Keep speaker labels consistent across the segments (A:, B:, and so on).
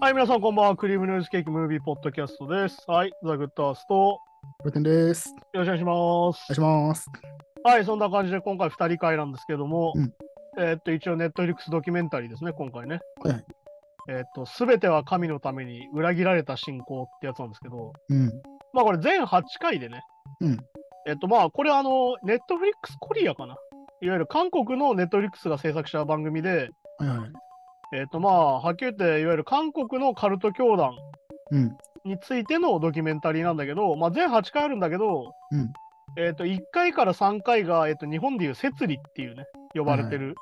A: はい、皆さんこんばんは。クリームヌースケーキムービーポッドキャストです。はい、ザ・グッドアースト。よ
B: ブテンです。
A: ろしくお願いします。
B: お願いします。
A: はい、そんな感じで今回2人会なんですけども、
B: うん
A: えーっと、一応ネットフリックスドキュメンタリーですね、今回ね。
B: はいはい
A: えーっと、すべては神のために裏切られた信仰ってやつなんですけど、
B: うん。
A: まあこれ全8回でね、
B: うん。
A: えーっと、まあこれあの、ネットフリックスコリアかな。いわゆる韓国のネットフリックスが制作した番組で、
B: はいはい。
A: えーっと、まあ、はっきり言って、いわゆる韓国のカルト教団
B: うん。
A: についてのドキュメンタリーなんだけど、まあ、全8回あるんだけど、
B: うん
A: えー、と1回から3回が、えー、と日本でいう摂理っていうね呼ばれてる、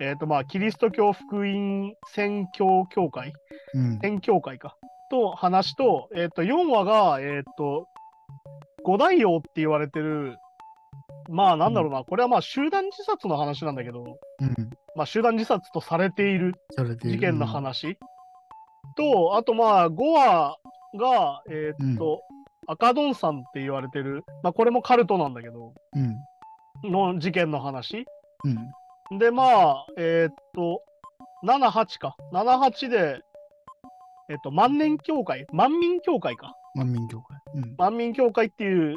A: えーとまあ、キリスト教福音宣教協会
B: うん。
A: 宣教会かと話と,、えー、と4話が、えー、と五大王って言われてるまあなんだろうな、これはまあ集団自殺の話なんだけど、
B: うん。
A: まあ、集団自殺とされている
B: されている
A: 事件の。話、とあとまあ5話がえーっと、赤ドンさんって言われてる、まあ、これもカルトなんだけど
B: うん。
A: の事件の話
B: うん。
A: でまあえーっと78か78でえっと万年協会万民協会か
B: 万民協会。うん。
A: 万民協会っていう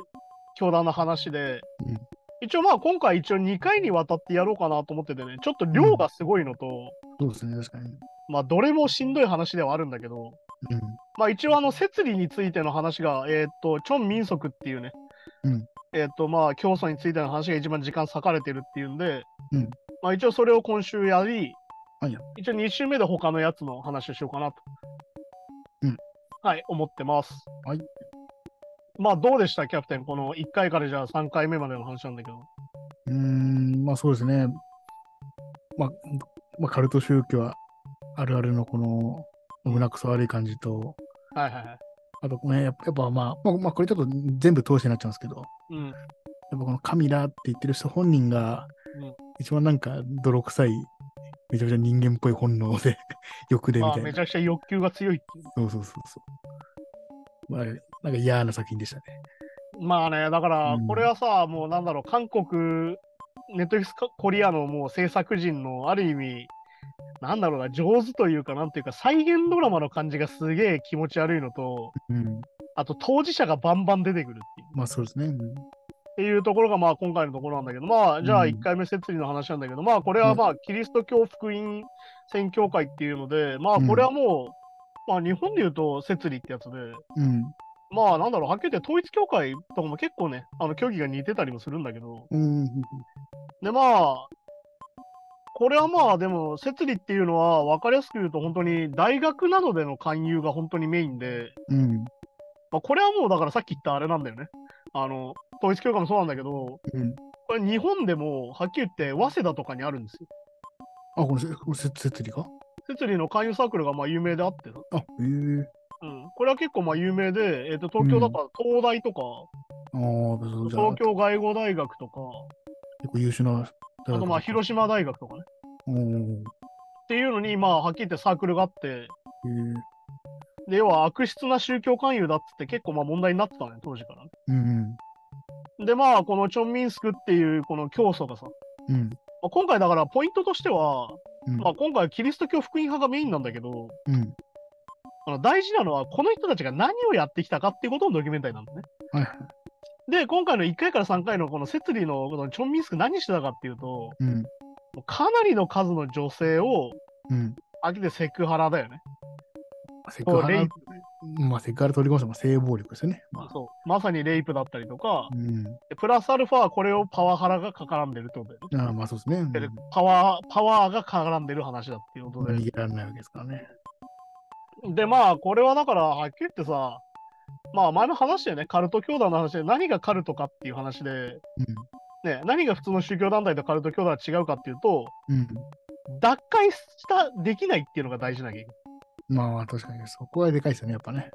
A: 教団の話で、
B: うん
A: 一応まあ今回一応2回にわたってやろうかなと思っててねちょっと量がすごいのと、
B: そうですね、確かに。
A: まあどれもしんどい話ではあるんだけど、まあ、一応あの摂理についての話が、えーっとチョン・ミンソクっていうね、
B: うん
A: えーっとまあ教祖についての話が一番時間割かれてるっていうんで、
B: うん
A: まあ、一応それを今週やり、
B: はいよ
A: 一応2週目で他のやつの話をしようかなと、
B: うん
A: はい思ってます
B: はい
A: まあどうでしたキャプテンこの1回からじゃあ3回目までの話なんだけど
B: うん。うーん。まあそうですね。まあ、まあ、カルト宗教はあるあるのこの胸くそ悪い感じと、
A: はいはいはい
B: あとね、やっぱやっぱまあ、まあ、まあ、これちょっと全部通してになっちゃうんですけど、
A: うん
B: やっぱこの神だって言ってる人本人が
A: うん、
B: 一番なんか泥臭い、めちゃめちゃ人間っぽい本能で、 欲でみ
A: まあ、
B: たいな
A: めち。ゃくちゃ欲求が強いっていう
B: そうそうそうそう。まあ、なんか嫌な作品でしたね。
A: まあね、だから
B: う、ん
A: これはさ、もうなんだろう、韓国、ネットフィスコリアのもう制作人のある意味、なんだろうな、上手というか、なんていうか、再現ドラマの感じがすげえ気持ち悪いのと、
B: うん。
A: あと当事者がバンバン出てくるっていう
B: まあそうですね。うん
A: っていうところが、まあ今回のところなんだけど、まあ、じゃあ
B: うん
A: 1回目設理の話なんだけど、まあこれはまあ、キリスト教福音宣教会っていうので、まあこれはもう、まあ日本で言うと設理ってやつで、まあなんだろう、はっきり言って統一教会とかも結構ね、あの、競技が似てたりもするんだけど、
B: うん。うん。
A: でまあこれはまあでも設理っていうのは分かりやすく言うと本当に大学などでの勧誘が本当にメインで、
B: うん。
A: まあ、これはもうだからさっき言ったあれなんだよねあの統一教会もそうなんだけど
B: うん。
A: これ日本でもはっきり言って早稲田とかにあるんですよ
B: あ、このせ、このせ、設理か
A: 設理の勧誘サークルがまあ有名であってな、
B: あ、へえ
A: うん、これは結構まあ有名で、えー、と東京だから東大とか、
B: ああ、そうじゃあ、
A: 東
B: 結
A: 京外語大学とか
B: 構優秀な。
A: あとまあ広島大学とかね
B: 島。うん。へ
A: っていうのにまあはっきり言ってサークルがあっ
B: え
A: てで、要は悪質な宗教勧誘だっつって結構まあ問題になってたのね、当時からね。
B: うん。
A: で、まあ、このチョンミンスクっていうこの教祖がさ、ま
B: うん。
A: あ、今回だからポイントとしては、
B: うん。
A: まあ、今回はキリスト教福音派がメインなんだけど、
B: うん。
A: あの大事なのはこの人たちが何をやってきたかっていうことのドキュメンタリーなんだね。
B: はいはい。
A: で、今回の1回から3回のこの摂理のこのチョンミンスク何してたかっていうと、も
B: うん。
A: うかなりの数の女性を、
B: うん。
A: あきでセクハラだよね。
B: セク
A: そう
B: ハ
A: レイ
B: ラ
A: プ、
B: まあセクハラ取り込ま性暴力ですよね。まあ、
A: そうまさにレイプだったりとか、
B: うん。
A: でプラスアルファはこれをパワハラが絡んでるってことだよね。
B: あーまあそうですね。うん
A: でパワー、パワーが絡んでる話だっていうこと
B: 逃
A: で。
B: げられないわけですからね。
A: で、まあ、これはだから、はっきり言ってさ、まあ、前も話したよね、カルト教団の話で、何がカルトかっていう話で、ね、何が普通の宗教団体とカルト教団は違うかっていうと、
B: うん。うん。
A: 脱会した、できないっていうのが大事な原因。
B: まあまあ確かにそこはでかいですよね、やっぱね。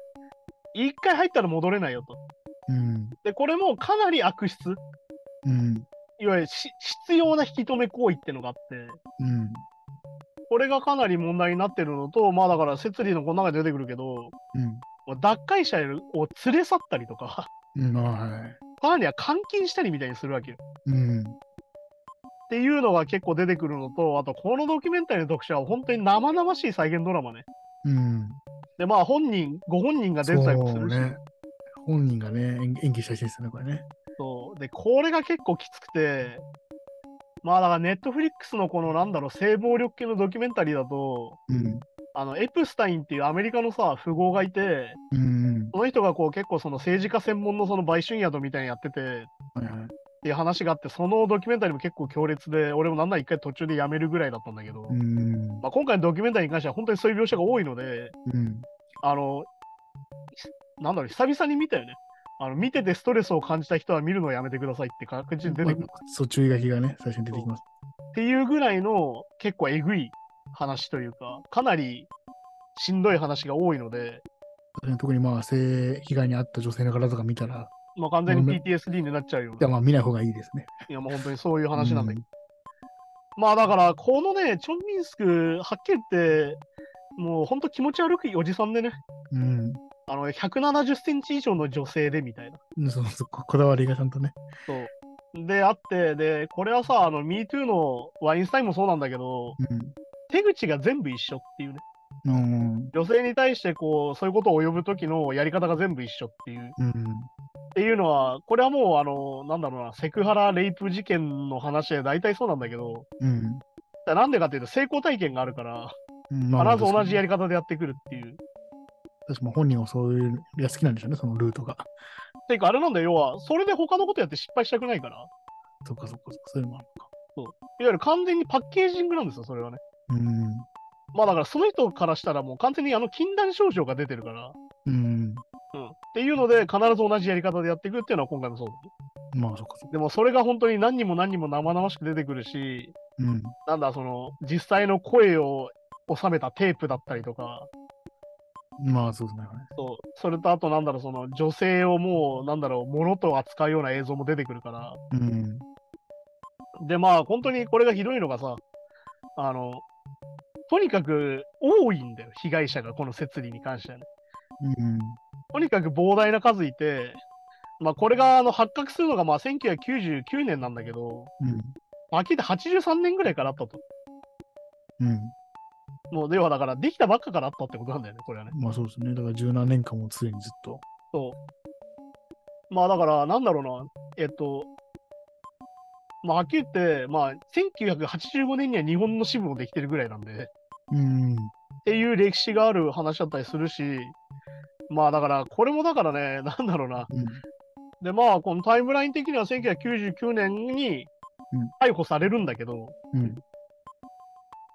A: 一回入ったら戻れないよと。
B: うん。
A: で、これもかなり悪質、
B: うん。
A: いわゆるし必要な引き止め行為っていうのがあって、
B: うん。
A: これがかなり問題になってるのと、まあだから、説理のこの中で出てくるけど、
B: うん。
A: 脱会者を連れ去ったりとか、
B: うん、まあはい。
A: さらには監禁したりみたいにするわけよ。っ
B: うん。
A: ていうのが結構出てくるのと、あとこのドキュメンタリーの特徴は本当に生々しい再現ドラマね。
B: うん。
A: で、まあ本人、ご本人が出てたりもす
B: そう
A: るし、
B: ね。本人がね、演演技した人ですよね、これね。
A: そう。で、これが結構きつくて、まあだからネットフリックスのこのなんだろう、性暴力系のドキュメンタリーだと、
B: うん。
A: あの、エプスタインっていうアメリカのさ、富豪がいて、
B: うん。
A: その人がこう結構その政治家専門のその売春宿みたいにやってて、
B: はいはい。
A: っていう話があって、そのドキュメンタリーも結構強烈で、俺もなんなら一回途中でやめるぐらいだったんだけど、
B: うん。
A: まあ、今回のドキュメンタリーに関しては本当にそういう描写が多いので、
B: うん。
A: あの、なんだろう、久々に見たよね。あの見ててストレスを感じた人は見るのをやめてくださいって確実に出てくる。
B: まあそう、注意書きがね、最初に出てきます。
A: っていうぐらいの結構えぐい話というか、かなりしんどい話が多いので、
B: 特にまあ、性被害に遭った女性の方とか見たら、
A: まあ、完全
B: うん
A: に PTSD になっちゃうよう
B: いや
A: な。
B: まあ、見ない方がいいですね。
A: いや、もう本当にそういう話なんだけど。まあだから、このね、チョンミンスク、はっきり言って、もう本当気持ち悪いおじさんでね、
B: うん。
A: あの170センチ以上の女性でみたいな。
B: うん。そうそう、ここだわりがちゃんとね。
A: そう。で、あって、で、これはさ、あの、MeToo のワインスタインもそうなんだけど、手口が全部一緒っていうね。
B: うん。うん。
A: 女性に対して、こう、そういうことを及ぶ時のやり方が全部一緒っていう。
B: うん。
A: っていうのは、これはもう、あの、なんだろうな、セクハラ、レイプ事件の話で大体そうなんだけど、
B: うん。
A: なんでかっていうと、成功体験があるから、
B: うん
A: 必ず同じや
B: り。
A: り方でやってくるっていう。
B: 私も本人はそういうのが好きなんでしょうね、そのルートが。
A: ていうか、あれなんだよ、要は、それで他のことやって失敗したくないから、いわ
B: そっかそっか、そういうのもある
A: ゆる完全にパッケージングなんですよ、それはね。
B: のか。
A: まあだから、その人からしたらもう完全にあの禁断症状が出てるから、
B: うん。
A: うん。っていうので、必ず同じやり方でやっていくっていうのは今回もそうだね。
B: うん。まあ、そっかそっか。
A: でも、それが本当に何人も何人も生々しく出てくるし、
B: うん。
A: なんだ、その、実際の声を収めたテープだったりとか、
B: まあ、そうですね。
A: そう、それとあとなんだろう、その女性をもう、なんだろう、物と扱うような映像も出てくるから。
B: うん。
A: で、まあ、本当にこれがひどいのがさ、あの、とにかく多いんだよ、被害者が、この設理に関してはね。
B: うん。
A: とにかく膨大な数いて、まあ、これがあの発覚するのがまあ1999年なんだけど、
B: うん。
A: まあ、聞いて83年ぐらいからあったと。
B: うん。
A: もう、ではだから、できたばっかからあったってことなんだよね、これはね。
B: まあ、そうですね。だから、十何年間も常にずっと。
A: まあだから、なんだろうな、えっと、まあ、はっきり言って、まあ、1985年には日本の支部もできてるぐらいなんで、
B: うん。
A: っていう歴史がある話だったりするし、まあだから、これもだからね、なんだろうな。
B: うん。
A: で、まあ、このタイムライン的には1999年に
B: うん
A: 逮捕されるんだけど、
B: うん。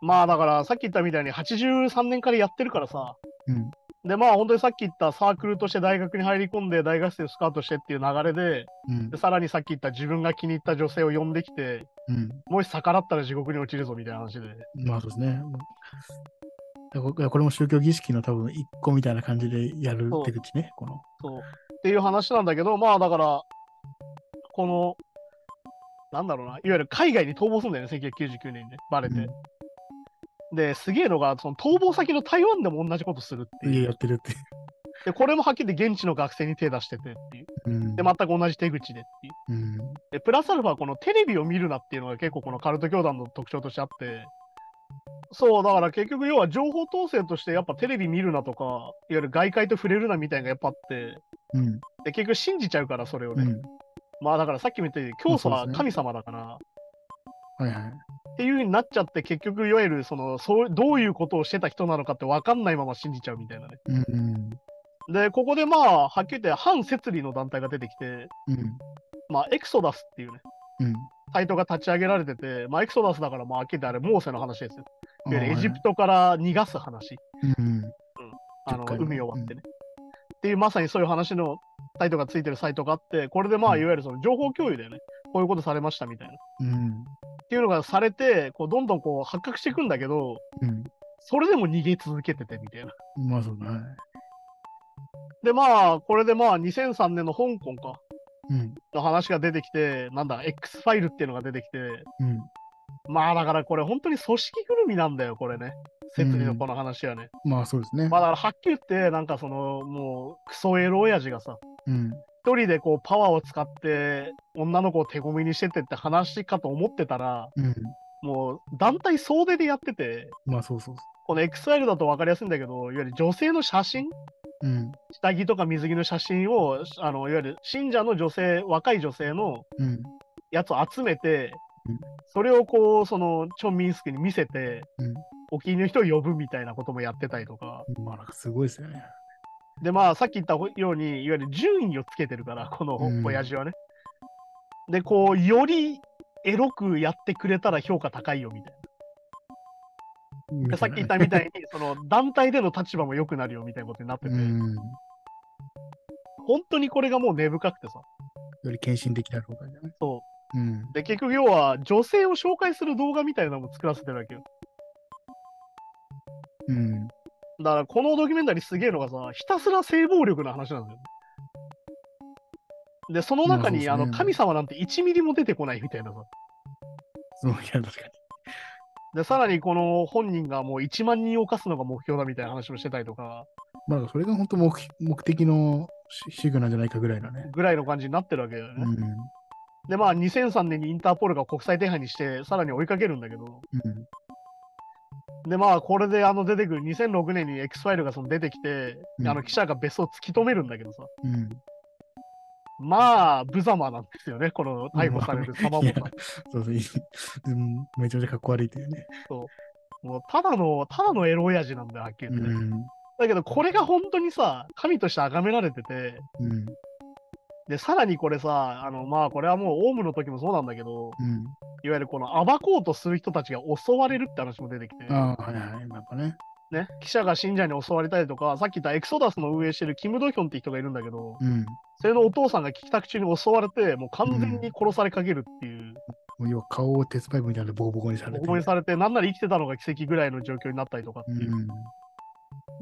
A: まあだから、さっき言ったみたいに83年からやってるからさ、
B: うん
A: で、まあ本当にさっき言ったサークルとして大学に入り込んで、大学生をスカウトしてっていう流れで、
B: うん
A: で。さらにさっき言った自分が気に入った女性を呼んできて、
B: うん。
A: もし逆らったら地獄に落ちるぞみたいな話で。
B: まあ、そうですね。いやこいやこれも宗教儀式の多分一個みたいな感じでやる
A: そう
B: 手口ね、この。
A: そう。っていう話なんだけど、まあだから、この、なんだろうな、いわゆる海外に逃亡するんだよね、1999年にね、バレて。で、すげえのが、その逃亡先の台湾でも同じことするって
B: うん、い
A: い
B: や
A: う。
B: やってるって。
A: で、これもはっきり言って現地の学生に手出しててっていう。
B: うん
A: で、全く同じ手口でっていう。
B: うん。
A: で、プラスアルファ、このテレビを見るなっていうのが結構このカルト教団の特徴としてあって、そう、だから結局要は情報統制としてやっぱテレビ見るなとか、いわゆる外界と触れるなみたいなのがやっぱあって、
B: うん。
A: で、結局信じちゃうから、それを
B: う
A: ね。
B: ん。
A: まあだからさっきも言ったように、教祖
B: そう
A: は
B: ですね
A: 神様だから、
B: はいはい。
A: っていう風になっちゃって、結局いわゆるそのそう、どういうことをしてた人なのかって分かんないまま信じちゃうみたいなね。
B: うん。うん
A: で、ここでまあ、はっきり言って反摂理の団体が出てきて、
B: うん。
A: まあ、エクソダスっていうね、
B: うん。
A: サイトが立ち上げられてて、まあ、エクソダスだから、まあ、はっきり言ってあれ、モーセの話ですよいわゆるエジプトから逃がす話、
B: うん。
A: あ
B: 10
A: の
B: 回目
A: 海を割ってね、っていう、まさにそういう話のサイトがついてるサイトがあって、これでまあ、
B: うん
A: いわゆるその情報共有だよね、こういうことされましたみたいな。っ
B: うん。
A: ていうのがされて、こうどんどんこう発覚していくんだけど、
B: うん。
A: それでも逃げ続けててみたいな。
B: まあそうだね。
A: で、まあ、これでまあ、2003年の香港か、
B: うん。
A: の話が出てきて、なんだ、X ファイルっていうのが出てきて、
B: うん。
A: まあ、だからこれ、本当に組織ぐるみなんだよ、これね。設理のこの話はね。
B: まあそうですね。
A: まあだからはっきり言って、なんかその、もう、クソエロ親父がさ、
B: うん。
A: 一人でこう、パワーを使って、女の子を手こみにしてってって話かと思ってたら、
B: うん。
A: もう、団体総出でやってて、
B: まあそうそうそ
A: この XY だと分かりやすいんだけど、いわゆる女性の写真、
B: うん。
A: 下着とか水着の写真を、あのいわゆる信者の女性、若い女性の
B: うん。
A: やつを集めて
B: うん、
A: それをこう、そのチョンミンスクに見せて、
B: うん
A: お気に入りの人を呼ぶみたいなこともやってたりとか。
B: まあ、なんかすごいですよね。
A: で、まあ、さっき言ったように、いわゆる順位をつけてるから、この
B: うん
A: 親父はね。で、こう、よりエロくやってくれたら評価高いよみたいな。でさっき言ったみたいに、その団体での立場も良くなるよみたいなことになって
B: う
A: て、
B: ん。よ
A: 本当にこれがもう根深くてさ。
B: り献身的な方がいいんじゃない
A: そ
B: うん。
A: う。で、結局要は、女性を紹介する動画みたいなのも作らせてるわけよ。
B: うん。
A: だから、このドキュメンタリーすげえのがさ、ひたすら性暴力の話なんだよね。で、その中に、
B: まあ
A: あ
B: そうですね
A: の、神様なんて1ミリも出てこないみたいなさ。
B: そういや、確か
A: で、さらにこの本人がもう1万人を犯すのが目標だみたいな話もしてたりとか、
B: に。まあ、それが本当目目的のシシグなんじゃないかぐらいのね。
A: ぐらいの感じになってるわけだよ
B: う
A: ね。
B: ん。
A: で、まあ2003年にインターポールが国際手配にして、さらに追いかけるんだけど、
B: うん。
A: で、まあこれであの出てくる2006年に X ファイルがその出てきて、
B: うん
A: あの記者が別荘を突き止めるんだけどさ、
B: うん。
A: まあ、無様なんですよね、この逮捕される様
B: い
A: も
B: や
A: さ。、
B: そう そういいうん。めちゃめちゃかっこ悪いというね。
A: もうただの、ただのエロ親父なんだよ、はっきり
B: う
A: 言ってね。
B: ん。
A: だけどこれが本当にさ、神として崇められてて、
B: うん。
A: で、さらにこれさ、あの、まあこれはもうオウムの時もそうなんだけ
B: う
A: ど、
B: ん。
A: いわゆるこの暴こうとする人たちが襲われるって話も出てきて、
B: ああ、はいはい。やっぱね。
A: ね、記者が信者に襲われたりとか、さっき言ったエクソダスの運営してるキム・ドヒョンって人がいるんだけど、
B: うん。
A: それのお父さんが帰宅中に襲われて、もう完全に殺されかけるっていう、
B: もう要は顔を鉄パイプみたいなのでボコボコにされて。
A: 思いされて、なんなら生きてたのが奇跡ぐらいの状況になったりとかって
B: う
A: いう。
B: ん。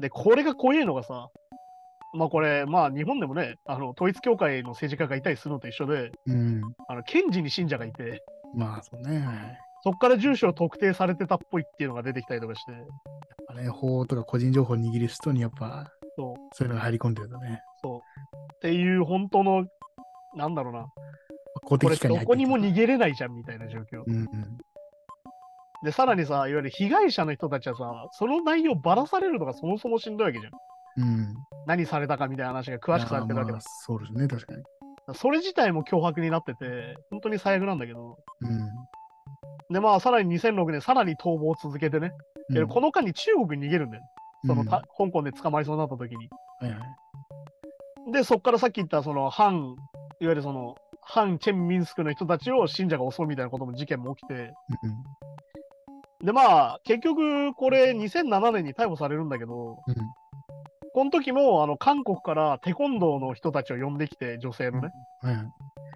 A: で、これが怖いのがさ、まあこれ、まあ日本でもね、あの統一教会の政治家がいたりするのと一緒で、
B: うん。
A: あの検事に信者がいて、
B: まあ、そうね。はいはい。
A: そこから住所を特定されてたっぽいっていうのが出てきたりとかして、
B: あれ、法とか個人情報を握る人にやっぱ、
A: そう
B: そういうのが入り込んでるとね、
A: っていう本当の、なんだろうな、
B: 公
A: こ
B: 的
A: れ
B: 機関に
A: ど
B: 入って
A: こにも逃げれないじゃんみたいな状況。
B: うんうん。
A: で、さらにさ、いわゆる被害者の人たちはさ、その内容ばらされるのがそもそもしんどいわけじゃん。
B: うん。
A: 何されたかみたいな話が詳しくされてるわ
B: ま
A: けだ
B: あ。そうですね、確かに。
A: それ自体も脅迫になってて、本当に最悪なんだけど。
B: うん。
A: で、まあ、さらに2006年、さらに逃亡を続けてね。で
B: うん
A: この間に中国に逃げるんだよ。その、た香港で捕まりそうになった時に。
B: うんはいはい。
A: で、そっからさっき言った、その、反、いわゆるその、反チェンミンスクの人たちを信者が襲うみたいなことも事件も起きて、でまあ結局これ2007年に逮捕されるんだけど
B: うん。うん
A: この時もあの韓国からテコンドーの人たちを呼んできて女性のね、
B: はいはい。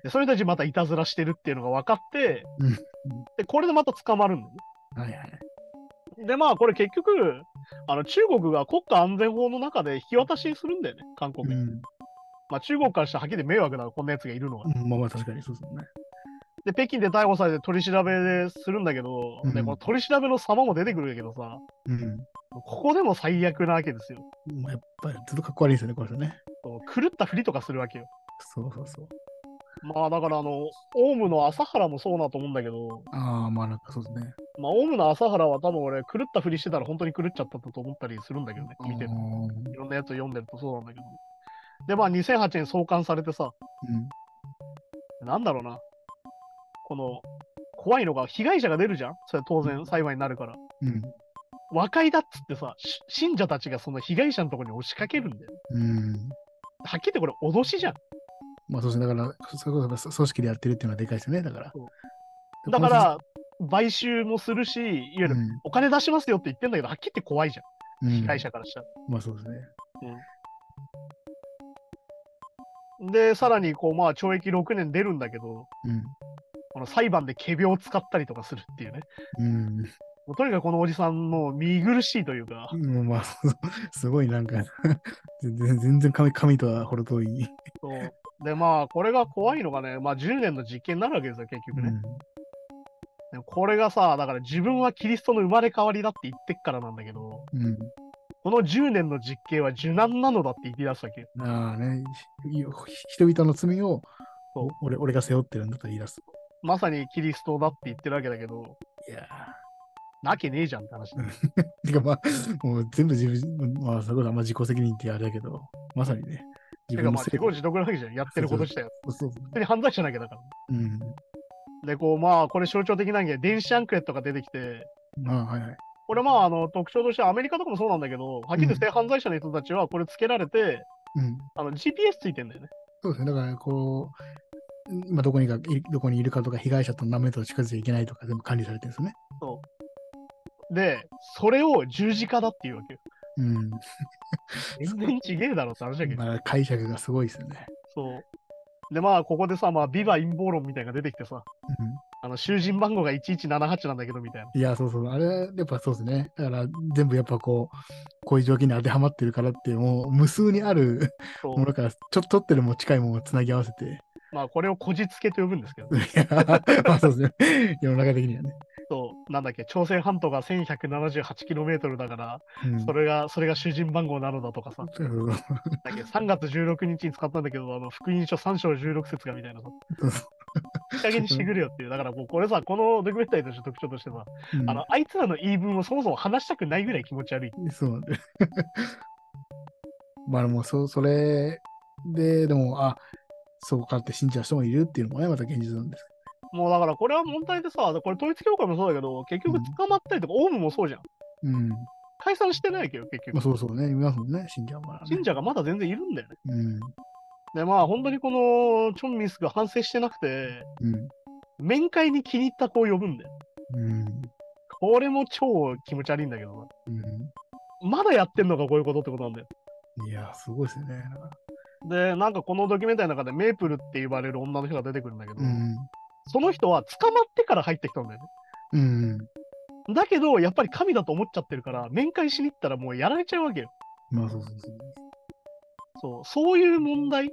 A: でそれたちまたいたずらしてるっていうのが分かって、
B: うん
A: でこれでまた捕まるんだよ
B: はいはい。
A: ねでまあこれ結局あの中国が国家安全法の中で引き渡しにするんだよね韓国
B: う
A: に、
B: ん。
A: まあ、中国からしたらはっきり迷惑だからこんなやつがいるのは、
B: うんまあまあ、確かにそうですね。
A: で北京で逮捕されて取り調べでするんだけど、
B: うん
A: でこの取り調べの様も出てくるんだけどさここでも最悪なわけですよ
B: うん。まあやっぱりずっとかっこ悪いですよね、これね。
A: こう狂ったふりとかするわけよ
B: そうそうそう。
A: まあだからあの、オウムの朝原もそうだと思うんだけど、
B: ああ、まあなんかそうですね。
A: まあオウムの朝原は多分俺、狂ったふりしてたら本当に狂っちゃったと思ったりするんだけどね、見てる
B: あ。ー
A: いろんなやつを読んでるとそうなんだけど。で、まあ2008年創刊されてさ、
B: うん。
A: なんだろうな、この、怖いのが被害者が出るじゃんそれは当然裁判になるから。
B: うん。
A: 和解だっつってさ、し信者たちがその被害者のところに押しかけるんだよ。
B: うん。
A: はっきり言ってこれ脅しじゃん。
B: まあそうですね。だから、そそれこそ組織でやってるっていうのはでかいですよね。だから
A: そ。だか、ら、買収もするし、いわゆ
B: う
A: る
B: ん
A: お金出しますよって言ってんだけど、はっきり言って怖いじ
B: う
A: ゃん。
B: ん
A: 被害者からしたら。
B: まあそうですね。
A: で、さらにこう、まあ、懲役6年出るんだけど、
B: うん。
A: この裁判で仮病を使ったりとかするっていうね。
B: うん
A: もうとにかくこのおじさんもう見苦しいというか、
B: うん、まあ、そうすごいなんか全然、全然神神とは程遠い。
A: そうで、まあ、これが怖いのがね、まあ、10年の実刑になるわけですよ、結局ね。でもこれがさ、だから自分はキリストの生まれ変わりだって言ってっからなんだけど、
B: うん。
A: この10年の実刑は受難なのだって言い出すわけよ。
B: うん、ああね、ひ人々の罪を
A: そう
B: 俺俺が背負ってるんだと言い出す。
A: まさにキリストだって言ってるわけだけど、
B: いや
A: なわけねえじゃんって話。
B: てかまあ、もう全部自分、まあ、それこそあんま自己責任ってあれだけど、まさにね、
A: て
B: 自分
A: かま
B: のせ
A: あ、自
B: い
A: 業自得なわけじゃん。やってること自体は。
B: そうそう
A: 普通に犯罪者なきゃだから。
B: うん。
A: で、こう、まあ、これ象徴的なんやけど、電子アンクレットが出てきて、
B: まあ、はいはい。
A: これまあ、あの、特徴としてアメリカとかもそうなんだけど、はっきり言って性犯罪者の人たちはこれつけられて、
B: うん。
A: あの、GPS ついてんだよね。
B: そうですね。だから、こう、今どこにがいどこにいるかとか、被害者と何メートル近づいちゃいけないとか、全部管理されてるんですよね。
A: で、それを十字架だっていうわけよ。
B: うん。
A: 全然ちげえだろって話だけど。
B: まあ、解釈がすごいですよね。
A: そう。で、まあ、ここでさ、まあ、ビバ陰謀論みたいなのが出てきてさ、あの、囚人番号が1178なんだけど、みたいな。
B: うん、いや、そうそう。あれ、やっぱそうですね。だから、全部やっぱこう、こういう条件に当てはまってるからって、もう無数にある
A: そう
B: ものから、ちょっと取ってるも近いものをつなぎ合わせて、
A: まあ、これをこじつけと呼ぶんですけど、ね、
B: いや まあそうですね。世の中的にはね。
A: そう、なんだっけ、朝鮮半島が 1178km だから、
B: うん、
A: それが、それが囚人番号なのだとかさ、
B: そうそうそう
A: だっけ3月16日に使ったんだけど、あの福音書3章16節がみたいなさ
B: うん、
A: いい加減にしてくれよっていう、だからもうこれさ、このドキュメンタリーとして特徴としてさ、
B: うん
A: あの、あいつらの言い分をそもそも話したくないぐらい気持ち悪い。
B: そうなんだよまあでもそ、それで、でも、あ、そうかって信じた人もいるっていうのもね、また現実なんです
A: もうだからこれは問題でさ、これ統一教会もそうだけど、結局捕まったりとか、オウムもそうじゃん。
B: けど。うん。ま
A: 解散してないわけよ、結
B: あ
A: 局。
B: そうそうね、いますもんね、信者はまだね。
A: 信者がまだ全然いるんだよね。
B: うん。
A: で、まあ本当にこのチョンミンスが反省してなくて、
B: うん。
A: 面会に気に入った子を呼ぶんだよ。
B: うん。
A: これも超気持ち悪いんだけどな。
B: う
A: まだやってんのか、こういうことってことなんだよ。
B: ん。いや、すごいですよね。だから
A: で、なんかこのドキュメンタリーの中でメープルって言われる女の人が出てくるんだけど、
B: うん。
A: その人は捕まってから入ってきたんだよね。
B: うん。
A: だけど、やっぱり神だと思っちゃってるから、面会しに行ったらもうやられちゃうわけよ。
B: まあそうそうそう。
A: そう、そういう問題。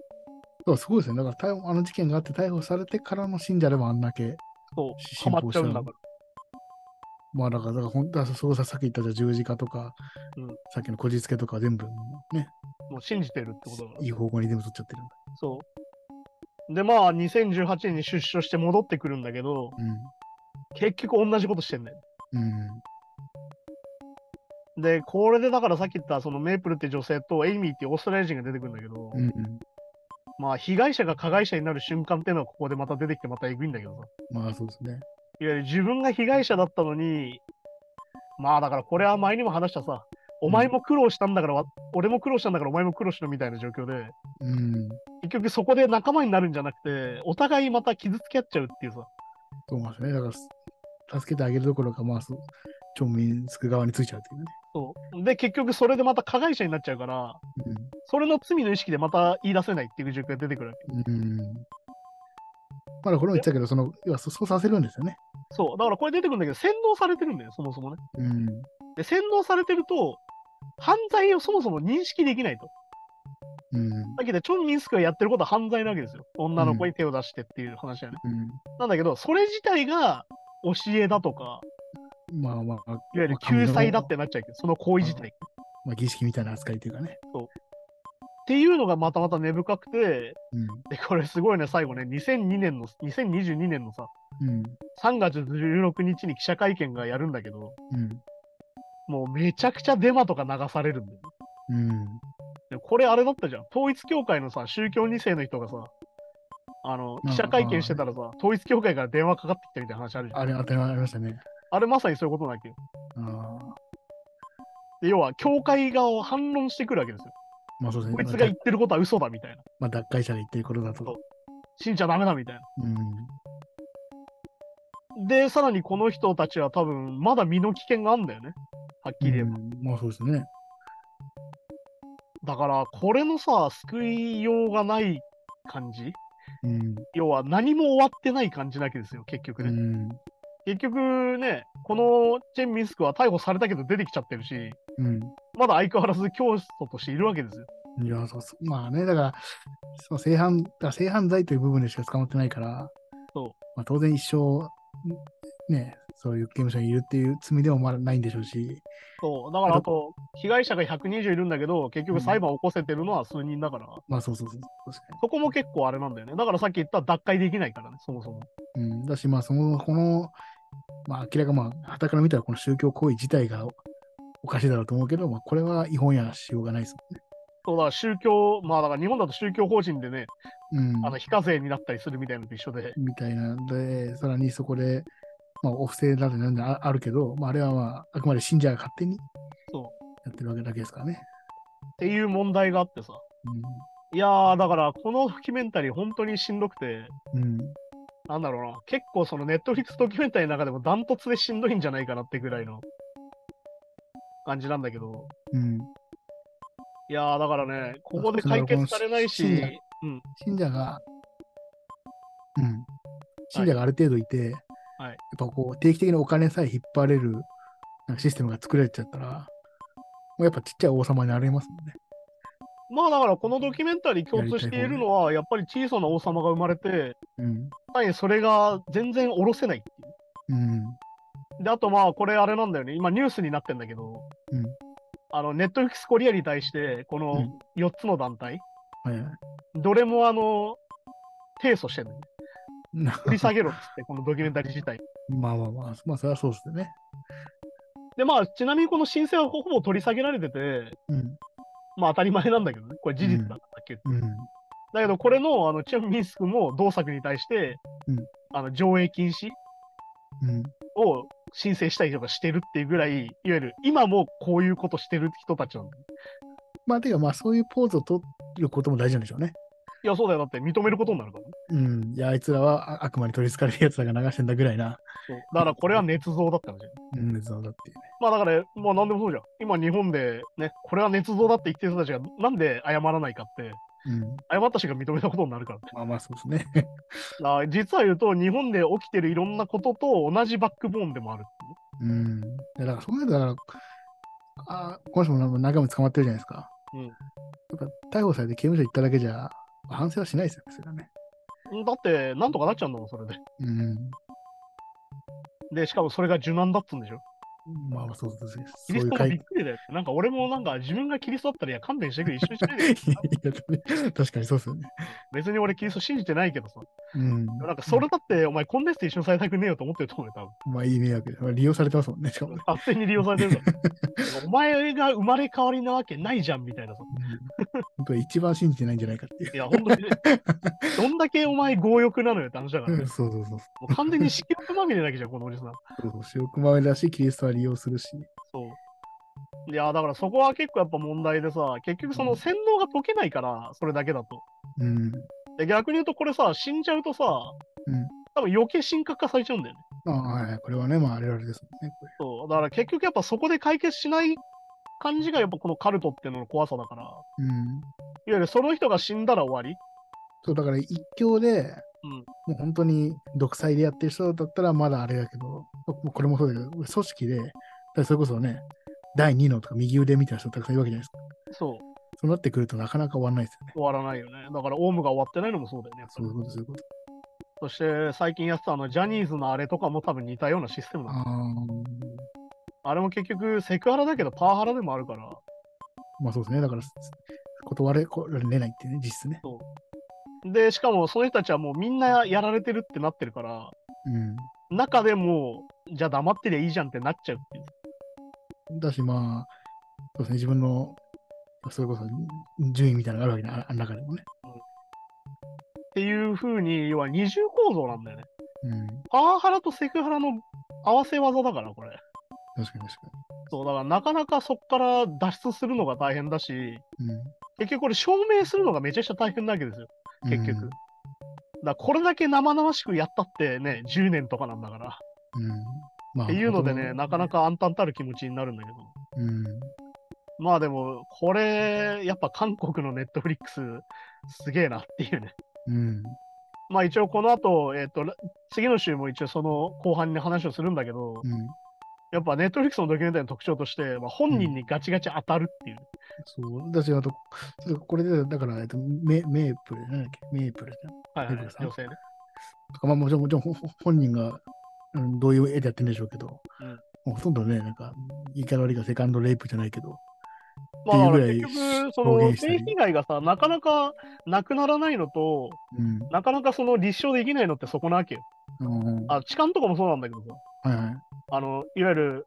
B: そうすごいですね。だから逮捕、あの事件があって逮捕されてからの信者でもあんだけ
A: そう、ハ
B: 進
A: マっ
B: 歩し
A: ち
B: た
A: ゃうんだから。
B: まあだから、だから本当はそこささっき言ったじゃあ十字架とか、
A: うん
B: さっきのこじつけとか全部ね、
A: もう信じてるってことだから
B: い。い方向に全部取っちゃってるんだ。
A: そう。で、まあ、2018年に出所して戻ってくるんだけど、結局同じことしてんだよ。
B: うん。うん。
A: で、これでだからさっき言った、そのメープルって女性とエイミーっていうオーストラリア人が出てくるんだけど、
B: うんうん、
A: まあ、被害者が加害者になる瞬間っていうのはここでまた出てきてまたエグいんだけどさ。
B: まあそうですね。
A: いわゆる自分が被害者だったのに、まあだからこれは前にも話したさ、お前も苦労したんだから、わ俺も苦労したんだからお前も苦労しろみたいな状況で、
B: うん。
A: 結局そこで仲間になるんじゃなくて、お互いまた傷つけ合っちゃうっていうさ、
B: そうなんですね。だから、助けてあげるどころか、まあそう、町民つく側についちゃうっていうね。
A: そう。で、結局それでまた加害者になっちゃうから、それの罪の意識でまた言い出せないっていう状況が出てくるわけ。
B: うん。うん。まだこれも言ってたけど、その、要はそそうさせるんですよね。
A: そう。だからこれ出てくるんだけど、洗脳されてるんだよ、そもそもね。
B: うん。
A: で、洗脳されてると、犯罪をそもそも認識できないと。
B: うん。
A: だけど、チョン・ミンスクがやってることは犯罪なわけですよ。女の子に手を出してっていう話だよね。なんだけど、それ自体が教えだとか、
B: うん。まあまあ、いわ
A: いわゆる救済だってなっちゃうけど、その行為自体。っ
B: まあ、儀式みたいな扱いというかね。
A: ていうのがまたまた根深くて、
B: うん。
A: で、これすごいね、最後ね、2002年の、2022年のさ、
B: うん。
A: 3月16日に記者会見がやるんだけど、
B: うん。
A: もうめちゃくちゃデマとか流されるんだよ。
B: うん。
A: でこれあれだったじゃん。統一教会のさ、宗教2世の人がさ、あの、記者会見してたらさ、統一教会から電話かかってきたみたいな話あるじゃん。
B: あれ、当たり前ありましたね。
A: あれまさにそういうことなんだけど。
B: ああ。
A: で、要は、教会側を反論してくるわけですよ。
B: まあそうですね。
A: こいつが言ってることは嘘だみたいな。
B: まあ、脱会者が言ってることだ
A: そう
B: と。
A: 信じちゃダメだみたい
B: うん。
A: な。で、さらにこの人たちは多分、まだ身の危険があるんだよね。はっきり言えば。
B: うんまあそうですね。
A: だから、これのさ、救いようがない感じ
B: うん。
A: 要は、何も終わってない感じなわけですよ、結局
B: う
A: ね。
B: ん。
A: 結局ね、このチェン・ミンスクは逮捕されたけど出てきちゃってるし、
B: うん。
A: まだ相変わらず教祖としているわけですよ。
B: いや、そうそう。まあね、だから、そう性犯、だから性犯罪という部分でしか捕まってないから、
A: そう
B: まあ、当然一生、んね、そういう刑務所にいるっていう罪でもまだないんでしょうし、
A: そう。だから、あと、被害者が120いるんだけど、結局裁判を起こせてるのは数人だから、
B: まあそうそうそう、確か
A: そこも結構あれなんだよね。だからさっき言った脱会できないからね、そもそも。
B: に。うん、だし、まあその、このまあ、明らか、まあ、はから見たらこの宗教行為自体がおおかしいだろうと思うけど、まあ、これは違法やしようがないです
A: そうだ、宗教、まあだから日本だと宗教法人でね、
B: もんね。うん。
A: あの非課税になったりするみたいなのと一緒で、
B: みたいなんで、さらにそこで、まあ、お布施だってなんでああるけど、まあ、あれはまあ、あくまで信者が勝手に
A: そう
B: やってるわけだけですからね。
A: っていう問題があってさ。いやー、だからこのドキュメンタリー、本当にしんどくて、
B: うん。うん。
A: なんだろうな、結構そのネットフリックスドキュメンタリーの中でもダントツでしんどいんじゃないかなってぐらいの感じなんだけど、
B: うん。
A: いやー、だからね、ここで解決されないし、
B: そうだから
A: うん、
B: 信者が、うん。信者がある程度いて、
A: はい
B: やっぱこう、定期的にお金さえ引っ張れるなんかシステムが作られちゃったら、もうやっぱちっちゃい王様になれますもんね。
A: まあだからこのドキュメンタリー共通しているのは、やっぱり小さな王様が生まれて、
B: うん。
A: 単にそれが全然下ろせないっていう。
B: うん。
A: で、あとまあ、これあれなんだよね。今ニュースになってんだけど、
B: うん
A: あの、ネットフリックスコリアに対して、この4つの団体、
B: はいはい。
A: どれもあの、提訴してるの ね。
B: な
A: 振り下げろっつって、このドキュメンタリー自体。
B: まあまあまあ、まあそれはそうですよね。
A: で、まあ、ちなみにこの申請はほぼ取り下げられてて、
B: うん。
A: まあ当たり前なんだけどね。これ事実だったっけ、
B: うん。
A: だけど、これの、あの、チェンミンスクも同作に対して、
B: うん
A: あの、上映禁止
B: うん。
A: を申請したりとかしてるっていうぐらい、いわゆる今もこういうことしてる人たちなんだよ
B: まあ、てかまあ、そういうポーズを取ることも大事なんでしょうね。
A: いや、そうだよ。だって認めることになるからね。
B: うん。いや、あいつらはああくまで取り憑かれるやつらが流してんだぐらいな。
A: そうだからこれは捏造だったんじゃん。
B: うん、そうだっていうね。
A: まあだから、まあ何でもそうじゃん。今日本でね、これは捏造だって言ってる人たちがなんで謝らないかって、
B: うん。
A: 謝った人が認めたことになるからね。
B: まあまあ、そうですね。
A: だから実は言うと、日本で起きてるいろんなことと同じバックボーンでもあるっていう。
B: うん。いやだから、その間、だから、あこの人もなんか何回も捕まってるじゃないですか。
A: うん
B: やっぱ、逮捕されて刑務所行っただけじゃ、反省はしないですよね、それはね。
A: だって、なんとかなっちゃうんだもん、それで。
B: うん。
A: で、しかもそれが柔軟だっつうんでしょ。
B: まあまあ、そうですね。そ
A: キ
B: う
A: リ
B: い
A: ス
B: う
A: トも
B: 回
A: びっくりだよ。なんか俺もなんか自分がキリストだったらいや勘弁してくれ、一緒にしてくれよ。
B: いや 確かにそうですよね。
A: 別に俺キリスト信じてないけどさ。
B: うん。
A: なんかそれだって、お前こんなやつと一緒にされたくねえよと思ってると思うよ、多分。
B: まあいい迷惑です。まあ利用されてますもんね、しかもね。
A: 勝手に利用さ れてるからお前が生まれ変わりなわけないじゃんみたいなさ。
B: うん本当に一番信じてないんじゃないかっていう。
A: いや、本当にね、どんだけお前強欲なのよって話だから、ね。
B: そうそうそうそう。
A: もう完全に資金まみれだけじゃん、このおじさん。
B: そうそう白熊目だし、キリストは利用するし。
A: そう。いや、だからそこは結構やっぱ問題でさ、結局その洗脳が解けないから、それだけだと。
B: うん。
A: で逆に言うとこれさ、死んじゃうとさ、
B: うん
A: 多分余計深刻化されちゃうんだよね。
B: あはいはい。これはね、まああれあれですもんね。これ
A: そう。だから結局やっぱそこで解決しない感じがやっぱこのカルトっていうのの怖さだから、いわ
B: うん。
A: ゆるその人が死んだら終わり
B: そう、だから一強で、
A: うん
B: もう本当に独裁でやってる人だったらまだあれだけど、もうこれもそうだけど、組織で、だからそれこそね、第2のとか右腕みたいな人たくさんいるわけじゃないですか。
A: そう。
B: そうなってくるとなかなか終わらないですよね。
A: 終わらないよね。だから、オウムが終わってないのもそうだよね。やっぱ
B: そう
A: り
B: いうこと、そういうこと。
A: そして、最近やってたあの、ジャニーズのあれとかも多分似たようなシステムなの。
B: ああ、
A: あれも結局、セクハラだけど、パワハラでもあるから。
B: まあそうですね。だから、断れ断れないっていうね、実質ね。
A: で、しかも、その人たちはもうみんなやられてるってなってるから、
B: うん。
A: 中でも、じゃあ黙ってりゃいいじゃんってなっちゃうっていう。
B: だし、まあ、そうですね、自分の、それこそ順位みたいなのがあるわけだ、あ中でもね。
A: っていう風に、要は二重構造なんだよね。
B: うん、
A: パワハラとセクハラの合わせ技だから、これ。
B: 確かに確か
A: そう、だからなかなかそこから脱出するのが大変だし、
B: に。
A: 結局これ証明するのがめちゃくちゃ大変なわけですよ。
B: うん、
A: 結局。だからこれだけ生々しくやったってね、10年とかなんだから。
B: うん。うん。まあ
A: っていうのでね、なかな。か暗淡たる気持ちになるんだけど。
B: うん。
A: まあでも、これ、やっぱ韓国のネットフリックス、すげえなっていうね。
B: うん。
A: まあ一応この後、えっ、と、次の週も一応その後半に話をするんだけど、
B: うん。
A: やっぱネットフリックスのドキュメンタリーの特徴として、まあ、本人にガチガチ当たるっていう。
B: そう。だし、あと、ちょっとこれで、だから、えっと、メメープル、なんだっけ、メープルじゃん
A: はいは
B: メ
A: い、
B: ープルさん
A: 女性ね。
B: とか、まあ、もちろん、もちろんほほ本人が、うん、どういう絵でやってるんでしょうけど、
A: うん
B: もうほとんどね、なんか、言い方悪いからセカンドレイプじゃないけど、
A: まあだから
B: っていう
A: 結
B: ぐらい
A: 局、そ
B: 証
A: の
B: 言したり
A: 性被害がさ、なかなかなくならないのと、
B: うん。
A: なかなかその立証できないのってそこなわけよ。
B: うん、
A: あ、痴漢とかもそうなんだけどさ。
B: はいはい。
A: あの、いわゆる、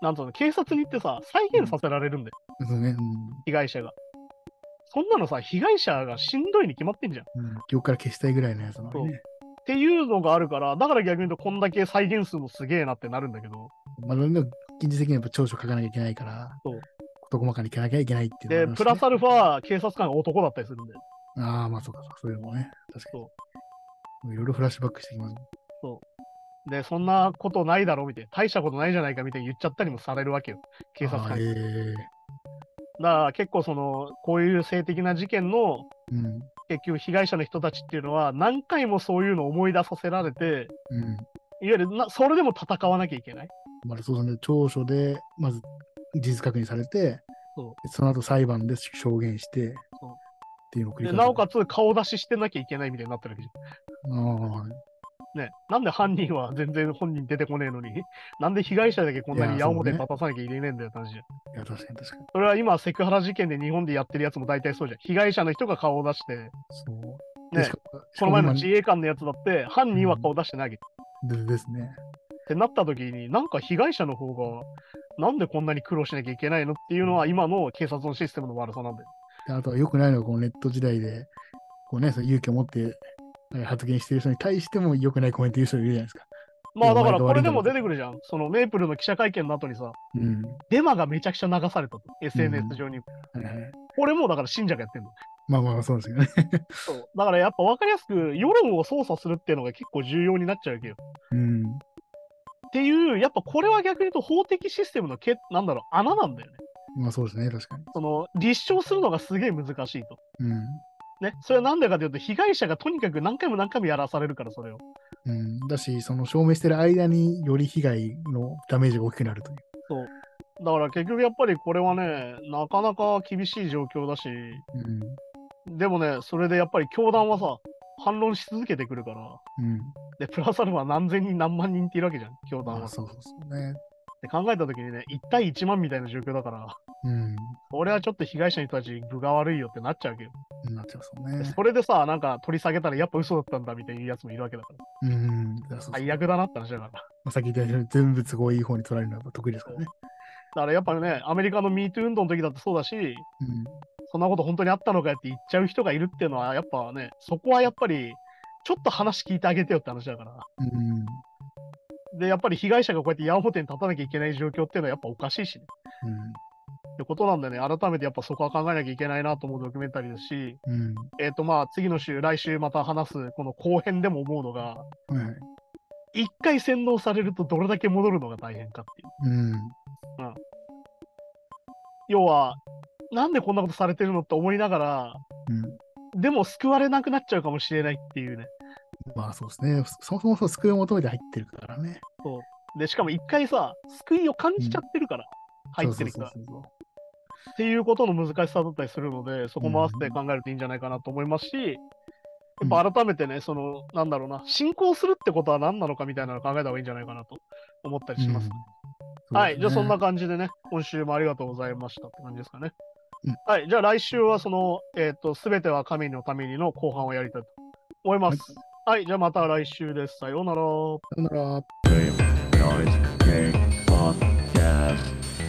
A: なんつうの、警察に行ってさ、再現させられるんだよ、
B: そうね。
A: 被害者が。そんなのさ、被害者がしんどいに決まってんじゃん。っ
B: うん。うん、記憶から消したいぐらいのやつなのにね。
A: ていうのがあるから、だから逆に言うと、こんだけ再現数もすげえなってなるんだけど。
B: まあ、でも、現実的にはやっぱ長所書かなきゃいけないから、
A: そう
B: 事細かにいかなきゃいけないっていうのがあ
A: で、
B: ります
A: プ
B: ね
A: ラスアルファ、警察官が男だったりするんで。
B: ああ、まあそうかそうか、それもね。確か
A: そ
B: に。いろいろフラッシュバックしてきます。
A: で、そんなことないだろみたいな、大したことないじゃないかみたいに言っちゃったりもされるわけよ、警察官
B: あ
A: に
B: ー。え
A: だから結構その、こういう性的な事件の、
B: えうん。
A: 結局被害者の人たちっていうのは、何回もそういうのを思い出させられて、
B: うん。
A: いわゆるな、それでも戦わなきゃいけない。
B: まあそうですね。長所で、まず事実確認されて、
A: そ
B: でその後裁判で証言して、っていうのを繰り
A: で
B: 返す。
A: なおかつ顔出ししてなきゃいけないみたいになってるわけじ
B: ああ
A: ゃん。ね、なんで犯人は全然本人出てこねえのに、 なんで被害者だけこんなに
B: いや
A: 矢
B: そうね
A: 面に立たさなきゃいけねえんだよって話じゃん。
B: いや、確かに確かに。
A: それは今、セクハラ事件で日本でやってるやつも大体そうじゃん。被害者の人が顔を出して、
B: そう。
A: ね
B: でしかも
A: この前の
B: し
A: 自
B: か
A: 衛官のやつだって、犯人は顔出してないわけ
B: も今でですね。
A: ってなった時に、なんか被害者の方が、なんでこんなに苦労しなきゃいけないのっていうのは、今の警察のシステムの悪さなんだよ。
B: であとは良くないのは、このネット時代で、こうね、その勇気を持ってなんか発言してる人に対しても良くないコメント言う人いるじゃないですか。
A: まあだから
B: いやお
A: こ
B: 前が悪い
A: れで
B: んだ
A: も出てくるじゃん。そのメイプルの記者会見の後にさ、
B: うん。
A: デマがめちゃくちゃ流されたと。SNS 上に。
B: はいはい
A: これもうだから信者がやってんの。
B: まあまあまあ、そうですよね。
A: そうだからやっぱ分かりやすく、世論を操作するっていうのが結構重要になっちゃうわけよ。
B: うん。
A: っていう、やっぱこれは逆に言うと法的システムのけ、なんだろう、穴なんだよね。
B: まあそうですね、確かに。
A: その、立証するのがすげえ難しいと。
B: うん。
A: ね。それはなんでかというと、被害者がとにかく何回も何回もやらされるから、それを。
B: うん、だし、その証明してる間により被害のダメージが大きくなるという。
A: だから結局やっぱりこれはね、なかなか厳しい状況だし、
B: うん。
A: でもね、それでやっぱり教団はさ、反論し続けてくるから、
B: うん。
A: で、プラスアルファ何千人何万人っているわけじゃん、教団
B: ま
A: は。
B: あ、
A: って
B: そうそうそうね。
A: 考えた時にね、1対1万みたいな状況だから、
B: う
A: 俺はちょっと被害者の人たち具が悪いよってなっちゃうわけど、
B: ん。なっちゃうそうね。
A: それでさ、なんか取り下げたらやっぱ嘘だったんだみたいなやつもいるわけだから、
B: うん。だからそうそう
A: 最悪だなって話だから。だ
B: まあ、さっき言ったように全部都合いい方に取られるのは得意ですからね。
A: からやっぱりね、アメリカの MeToo 運動の時だってそうだし、
B: うん。
A: そんなこと本当にあったのかよって言っちゃう人がいるっていうのは、やっぱね、そこはやっぱり、ちょっと話聞いてあげてよって話だから。
B: うん。
A: で、やっぱり被害者がこうやって矢面に立たなきゃいけない状況っていうのはやっぱおかしいしね。ってことなんでね、改めてやっぱそこは考えなきゃいけないなと思うドキュメンタリーですし、
B: うん。
A: えっ、とまあ次の週、来週また話すこの後編でも思うのが、
B: うん。はいはい。
A: 一回洗脳されるとどれだけ戻るのが大変かっていう。
B: うん。
A: 要は、なんでこんなことされてるのって思いながら、
B: うん。
A: でも救われなくなっちゃうかもしれないっていうね。
B: まあそうですね。そもそもそう救いを求めて入ってるからね。
A: で、しかも一回さ、救いを感じちゃってるから、入ってる人
B: そう
A: は
B: そうそう
A: っていうことの難しさだったりするので、そこも合わせて考えるといいんじゃないかなと思いますし、
B: うん
A: やっぱ改めてね、その、なんだろうな、信仰するってことは何なのかみたいなのを考えた方がいいんじゃないかなと思ったり
B: そう。
A: します。
B: うん
A: はい、じゃあそ
B: そうです
A: ん。な
B: ね
A: 感じでね、今週もありがとうございましたって感じですかね。
B: うん
A: はい、じゃあ来週はその、えっ、と、すべては神のためにの後半をやりたいと思います。はい、じゃあまた来週です。さようなら。
B: さよなら。
C: Game Noise Game Podcast.